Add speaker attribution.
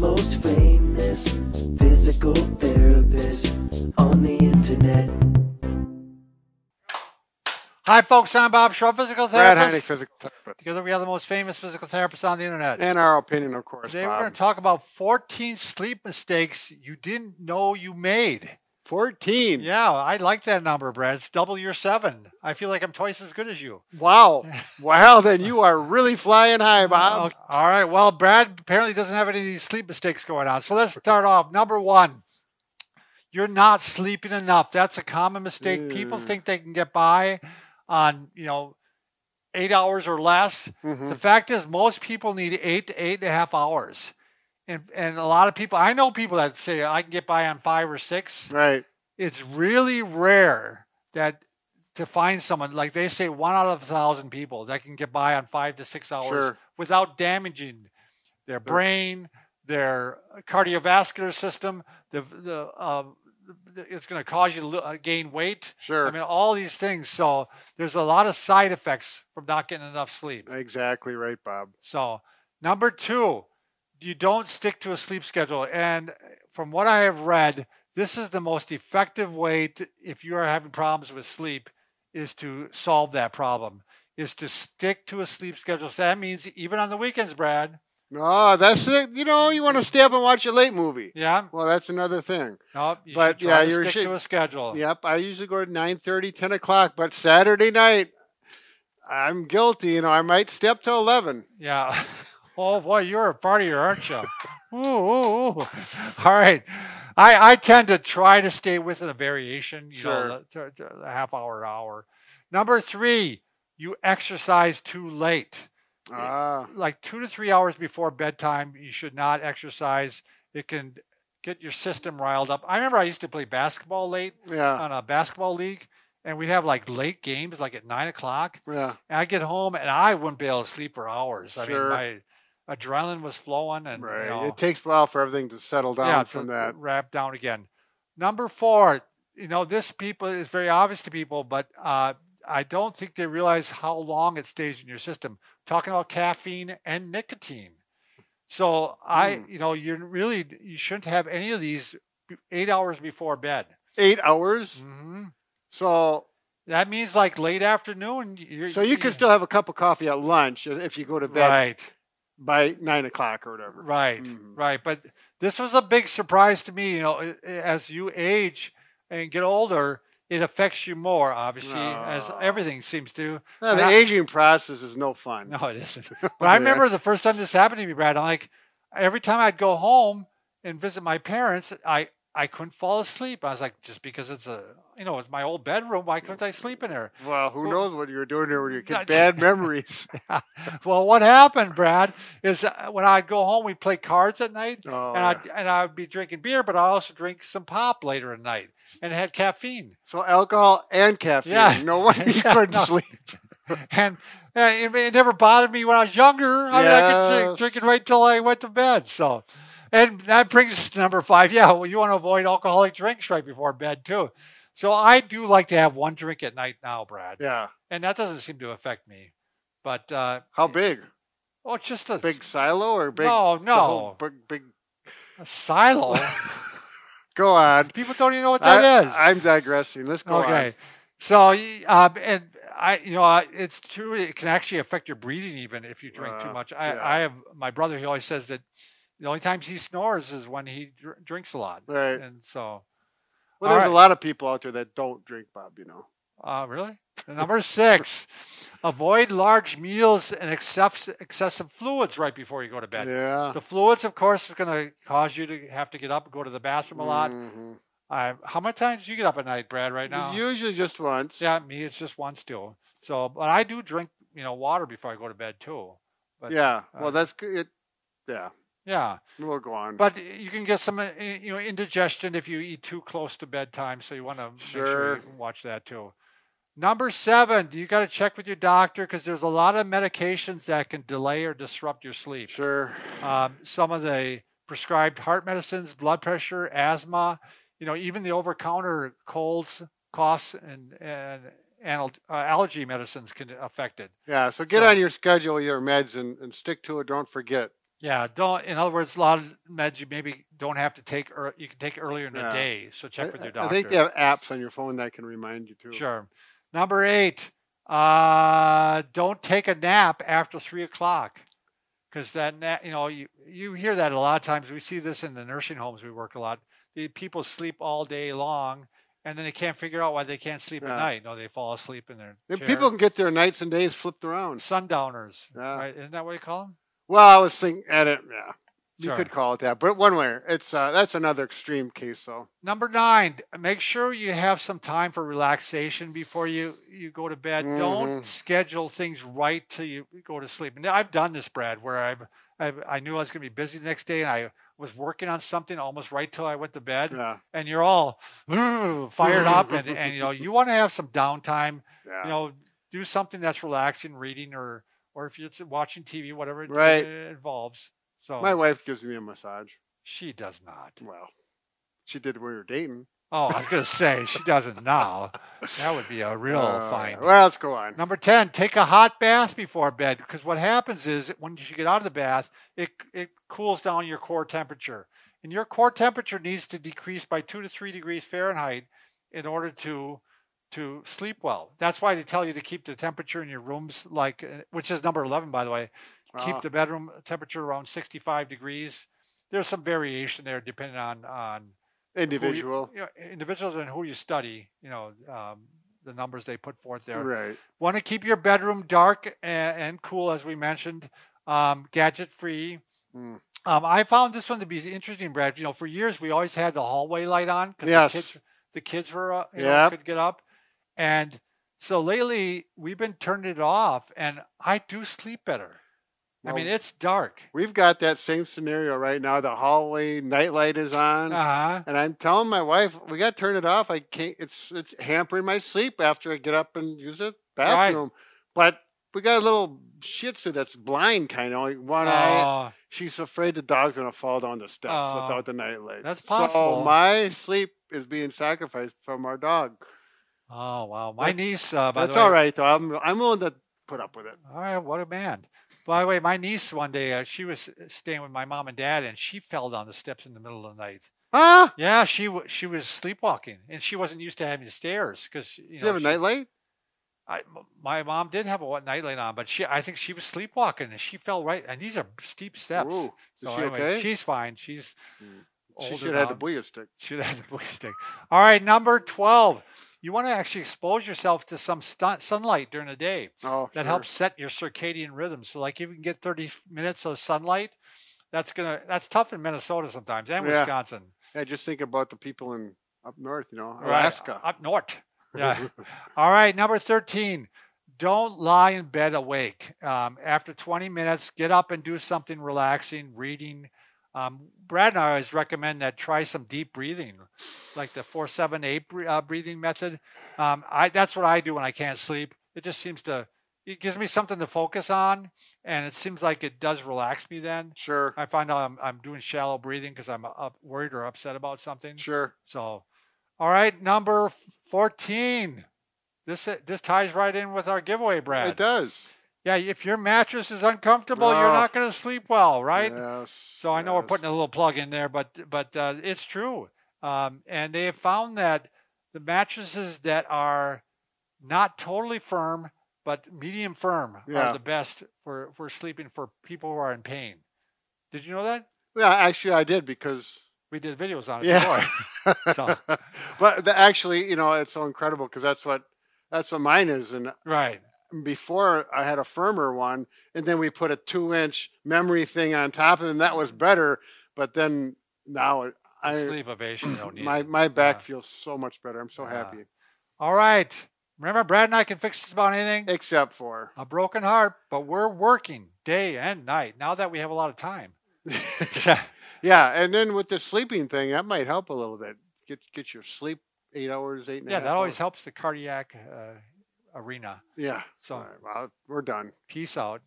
Speaker 1: most famous physical therapist on the internet.
Speaker 2: Hi, folks. I'm Bob Shaw, physical
Speaker 3: Brad
Speaker 2: therapist.
Speaker 3: Heineck, physical therapist.
Speaker 2: Together, we are the most famous physical therapists on the internet.
Speaker 3: And our opinion, of course,
Speaker 2: Today, we're
Speaker 3: Bob.
Speaker 2: going to talk about 14 sleep mistakes you didn't know you made.
Speaker 3: 14.
Speaker 2: Yeah, I like that number, Brad. It's double your seven. I feel like I'm twice as good as you.
Speaker 3: Wow. wow, then you are really flying high, Bob.
Speaker 2: Okay. All right. Well, Brad apparently doesn't have any of these sleep mistakes going on. So let's start off. Number one, you're not sleeping enough. That's a common mistake. People
Speaker 3: Mm.
Speaker 2: think they can get by on, you know, eight hours or less.
Speaker 3: Mhm.
Speaker 2: The fact is, most people need eight to eight and a half hours. And, and a lot of people, I know people that say I can get by on five or six.
Speaker 3: Right.
Speaker 2: It's really rare that to find someone, like they say, one out of a thousand people that can get by on five to six hours
Speaker 3: Sure.
Speaker 2: without damaging their brain, their cardiovascular system. The, the, uh, it's going to cause you to lo- uh, gain weight.
Speaker 3: Sure.
Speaker 2: I mean, all these things. So there's a lot of side effects from not getting enough sleep.
Speaker 3: exactly right, Bob.
Speaker 2: So number two, you don't stick to a sleep schedule. And uh, from what I have read, this is the most effective way to, if you are having problems with sleep, is to solve that problem. Is to stick to a sleep schedule. So that means even on the weekends, Brad.
Speaker 3: No, Oh, that's it. You know, you want to stay up and watch a late movie.
Speaker 2: Yeah.
Speaker 3: Well, that's another thing.
Speaker 2: No, you
Speaker 3: But,
Speaker 2: should try
Speaker 3: yeah,
Speaker 2: to
Speaker 3: you
Speaker 2: stick
Speaker 3: should-
Speaker 2: to a schedule.
Speaker 3: Yep, I usually go to 9.30, 10 o'clock, but Saturday night, I'm guilty. You know, I might stay up till 11.
Speaker 2: Yeah. Oh boy, you're a partier, aren't you? ooh, ooh, ooh. All right. I, I tend to try to stay within a variation, you
Speaker 3: Sure.
Speaker 2: know, the- the- the- a half hour, an hour. Number three, you exercise too late.
Speaker 3: Ah,
Speaker 2: Like two to three hours before bedtime, you should not exercise. It can get your system riled up. I remember I used to play basketball late
Speaker 3: yeah,
Speaker 2: on a basketball league, and we'd have like late games, like at nine o'clock.
Speaker 3: yeah.
Speaker 2: And I get home and I wouldn't be able to sleep for hours. I
Speaker 3: Sure.
Speaker 2: mean, my adrenaline was flowing and you
Speaker 3: Right.
Speaker 2: know,
Speaker 3: It takes a while for everything to settle down
Speaker 2: yeah,
Speaker 3: from
Speaker 2: to
Speaker 3: that.
Speaker 2: wrap down again. Number four, you know, this people is very obvious to people, but uh, I don't think they realize how long it stays in your system. Talking about caffeine and nicotine. So I,
Speaker 3: Hmm.
Speaker 2: you know, you're really you shouldn't have any of these b- eight hours before bed.
Speaker 3: Eight hours.
Speaker 2: hmm
Speaker 3: So,
Speaker 2: That means like late afternoon. You're,
Speaker 3: so you
Speaker 2: you're-
Speaker 3: can still have a cup of coffee at lunch if you go to bed
Speaker 2: right.
Speaker 3: by nine o'clock or whatever.
Speaker 2: Right,
Speaker 3: Mhm.
Speaker 2: right. But this was a big surprise to me. You know, a- a- as you age and get older, it affects you more, obviously, as
Speaker 3: No.
Speaker 2: everything seems to.
Speaker 3: No,
Speaker 2: And
Speaker 3: the
Speaker 2: I-
Speaker 3: aging process is no fun.
Speaker 2: No, it isn't. But I remember the first time this happened to me, Brad. I'm like, every time I'd go home and visit my parents, I I couldn't fall asleep. I was like, just because it's a you know it's my old bedroom, why couldn't I sleep in there?
Speaker 3: Well, who
Speaker 2: Well,
Speaker 3: knows what you were doing there when you
Speaker 2: that's-
Speaker 3: get bad memories.
Speaker 2: Well, what happened, Brad, is uh, when I'd go home, we'd play cards at night.
Speaker 3: Oh,
Speaker 2: and
Speaker 3: yeah.
Speaker 2: I'd, and I'd be drinking beer, but I also drink some pop later at night and had caffeine.
Speaker 3: So alcohol and caffeine.
Speaker 2: Yeah.
Speaker 3: No wonder you
Speaker 2: Yeah,
Speaker 3: couldn't
Speaker 2: no.
Speaker 3: sleep.
Speaker 2: And uh, it, it never bothered me when I was younger. I mean, I could drink, drink it
Speaker 3: Yes.
Speaker 2: right till I went to bed. So, and that brings us to number five. Yeah, well, you want to avoid alcoholic drinks right before bed too. So I do like to have one drink at night now, Brad,
Speaker 3: Yeah.
Speaker 2: and that doesn't seem to affect me. But uh,
Speaker 3: How big?
Speaker 2: oh, it's just a
Speaker 3: Big silo or big?
Speaker 2: no,
Speaker 3: the whole
Speaker 2: no,
Speaker 3: Big, big.
Speaker 2: a silo.
Speaker 3: Go on.
Speaker 2: People don't even know what that is.
Speaker 3: I, am digressing. Let's go
Speaker 2: okay. So, y- um, and I, you know, I- it's true. It can actually affect your breathing even if you drink too
Speaker 3: Uh,
Speaker 2: much. I,
Speaker 3: yeah.
Speaker 2: I have my brother. He always says that the only times he snores is when he dr- drinks a lot.
Speaker 3: on. Right.
Speaker 2: And so, all
Speaker 3: Well, there's
Speaker 2: right.
Speaker 3: a lot of people out there that don't drink, Bob. You know.
Speaker 2: uh, really, And number six, avoid large meals and excess, excessive fluids right before you go to bed.
Speaker 3: Yeah.
Speaker 2: The fluids, of course, is going to cause you to have to get up and go to the bathroom a lot.
Speaker 3: Mhm.
Speaker 2: I, how many times do you get up at night, Brad? Right now,
Speaker 3: Usually just once.
Speaker 2: Yeah, me, it's just one still. So, but I do drink, you know, water before I go to bed too. But,
Speaker 3: Yeah.
Speaker 2: uh,
Speaker 3: well, that's good. It, yeah.
Speaker 2: Yeah,
Speaker 3: We'll go on.
Speaker 2: but you can get some, uh, i- you know, indigestion if you eat too close to bedtime. So you want to make sure you
Speaker 3: Sure.
Speaker 2: watch that too. Number seven, you got to check with your doctor because there's a lot of medications that can delay or disrupt your sleep.
Speaker 3: sure.
Speaker 2: Um, some of the prescribed heart medicines, blood pressure, asthma, you know, even the over-counter colds, coughs, and and anal- uh, allergy medicines can affect it.
Speaker 3: Yeah. So get
Speaker 2: So-
Speaker 3: on your schedule, your meds, and, and stick to it. Don't forget.
Speaker 2: Yeah, don't. In other words, a lot of meds you maybe don't have to take, or you can take earlier in the
Speaker 3: Yeah.
Speaker 2: day. So check
Speaker 3: I-
Speaker 2: with your
Speaker 3: I-
Speaker 2: doctor.
Speaker 3: I think they have apps on your phone that can remind you too.
Speaker 2: Sure. Number eight, uh, don't take a nap after three o'clock. Because that, na- you know, you, you hear that a lot of times. We see this in the nursing homes we work a lot. The people sleep all day long and then they can't figure out why they can't sleep
Speaker 3: Yeah.
Speaker 2: at night. No, they fall asleep in their
Speaker 3: And
Speaker 2: chair.
Speaker 3: people can get their nights and days flipped around.
Speaker 2: sundowners,
Speaker 3: Yeah.
Speaker 2: right? Isn't that what you call them?
Speaker 3: Well, I was thinking at it. Yeah, you
Speaker 2: Sure.
Speaker 3: could call it that, but one way, it's uh, that's another extreme case though.
Speaker 2: Number nine, make sure you have some time for relaxation before you, you go to bed. Don't
Speaker 3: Mhm.
Speaker 2: schedule things right till you go to sleep. And I've done this, Brad, where I've, I've I knew I was going to be busy the next day, and I was working on something almost right till I went to bed.
Speaker 3: Yeah,
Speaker 2: And you're all "Ooh," fired up, and, and you know you want to have some downtime.
Speaker 3: yeah.
Speaker 2: You know, do something that's relaxing, reading, or or if you're watching TV, whatever it,
Speaker 3: Right.
Speaker 2: it involves. So
Speaker 3: My wife gives me a massage.
Speaker 2: she does not.
Speaker 3: Well, she did when we were dating.
Speaker 2: Oh, I was gonna say she doesn't now. That would be a real
Speaker 3: Uh,
Speaker 2: find.
Speaker 3: Well, let's go on.
Speaker 2: Number ten, take a hot bath before bed because what happens is when you get out of the bath, it it cools down your core temperature, and your core temperature needs to decrease by two to three degrees Fahrenheit in order to to sleep well. That's why they tell you to keep the temperature in your rooms like, uh, which is number eleven by the way,
Speaker 3: Wow.
Speaker 2: keep the bedroom temperature around sixty-five degrees. There's some variation there depending on on
Speaker 3: individual.
Speaker 2: who you, you know, individuals and who you study, you know, um, the numbers they put forth there.
Speaker 3: Right.
Speaker 2: Want to keep your bedroom dark and, and cool, as we mentioned, um, gadget free.
Speaker 3: Mm.
Speaker 2: Um, I found this one to be interesting, Brad. You know, for years we always had the hallway light on because
Speaker 3: Yes.
Speaker 2: the kids, the kids were, uh, you know,
Speaker 3: Yep.
Speaker 2: could get up, and so lately we've been turning it off, and I do sleep better. I mean,
Speaker 3: Well,
Speaker 2: it's dark.
Speaker 3: We've got that same scenario right now. The hallway nightlight is on.
Speaker 2: Uh-huh.
Speaker 3: And I'm telling my wife, we got to turn it off. I can't. It's it's hampering my sleep after I get up and use the bathroom. But we got a little Shih Tzu that's blind, kind of like one eye.
Speaker 2: Oh,
Speaker 3: She's afraid the dog's gonna fall down the steps
Speaker 2: Oh,
Speaker 3: without the nightlight.
Speaker 2: that's
Speaker 3: So
Speaker 2: possible.
Speaker 3: my sleep is being sacrificed from our dog.
Speaker 2: oh, wow. My
Speaker 3: That-
Speaker 2: niece, uh, by
Speaker 3: that's
Speaker 2: the way,
Speaker 3: all right though. I'm I'm willing to put up with it.
Speaker 2: All right, what a man. By the way, my niece one day, uh, she was staying with my mom and dad, and she fell down the steps in the middle of the night.
Speaker 3: Huh?
Speaker 2: Yeah, she w- she was sleepwalking, and she wasn't used to having stairs because you
Speaker 3: Do
Speaker 2: know
Speaker 3: you have a
Speaker 2: she-
Speaker 3: nightlight?
Speaker 2: I- m- my mom did have a wa- nightlight on, but she I think she was sleepwalking, and she fell right. And these are steep steps.
Speaker 3: Ooh, is
Speaker 2: So
Speaker 3: she
Speaker 2: anyway,
Speaker 3: okay?
Speaker 2: She's fine. She's
Speaker 3: Mm.
Speaker 2: older
Speaker 3: she should have had the
Speaker 2: now.
Speaker 3: booyah stick.
Speaker 2: Should have the blue stick. All right, number twelve. You want to actually expose yourself to some stun- sunlight during the day
Speaker 3: Oh,
Speaker 2: that
Speaker 3: sure.
Speaker 2: helps set your circadian rhythm. So like if you can get 30 f- minutes of sunlight, that's gonna that's tough in Minnesota sometimes and
Speaker 3: Yeah.
Speaker 2: Wisconsin.
Speaker 3: I just think about the people in up north. You know,
Speaker 2: Right,
Speaker 3: Alaska.
Speaker 2: Up north. Yeah. All right, number 13. Don't lie in bed awake. Um, after 20 minutes, get up and do something relaxing, reading. Um, Brad and I always recommend that try some deep breathing, like the 478 bre- uh, breathing method. Um, I, that's what I do when I can't sleep. It just seems to, it gives me something to focus on, and it seems like it does relax me then.
Speaker 3: Sure,
Speaker 2: I find out I'm, I'm doing shallow breathing because I'm up, worried or upset about something.
Speaker 3: sure.
Speaker 2: So, all right, number f- fourteen. This this ties right in with our giveaway,
Speaker 3: It
Speaker 2: Brad.
Speaker 3: does.
Speaker 2: Yeah, if your mattress is uncomfortable, you're
Speaker 3: Oh.
Speaker 2: not going to sleep well, right?
Speaker 3: Yes,
Speaker 2: So I know we're
Speaker 3: yes.
Speaker 2: putting a little plug in there, but but uh, it's true. Um, and they have found that the mattresses that are not totally firm but medium firm
Speaker 3: Yeah.
Speaker 2: are the best for for sleeping for people who are in pain. Did you know that?
Speaker 3: Yeah, actually, I did because.
Speaker 2: We did videos on it
Speaker 3: Yeah.
Speaker 2: before. so,
Speaker 3: but the, actually, you know, it's so incredible because that's what that's what mine is. And
Speaker 2: right.
Speaker 3: before I had a firmer one, and then we put a two-inch memory thing on top of it, and that was better. But then now it- I
Speaker 2: sleep ovation. You don't need
Speaker 3: my
Speaker 2: it.
Speaker 3: my back
Speaker 2: Yeah.
Speaker 3: feels so much better. I'm so
Speaker 2: Yeah.
Speaker 3: happy,
Speaker 2: All right. Remember, Brad and I can fix just about anything.
Speaker 3: except for
Speaker 2: A broken heart, but we're working day and night now that we have a lot of time.
Speaker 3: yeah. And then with the sleeping thing, that might help a little bit. Get get your sleep eight hours, eight and a
Speaker 2: yeah,
Speaker 3: half
Speaker 2: that always
Speaker 3: hours.
Speaker 2: helps the cardiac uh, arena.
Speaker 3: Yeah.
Speaker 2: So
Speaker 3: All right, well, we're done.
Speaker 2: peace out.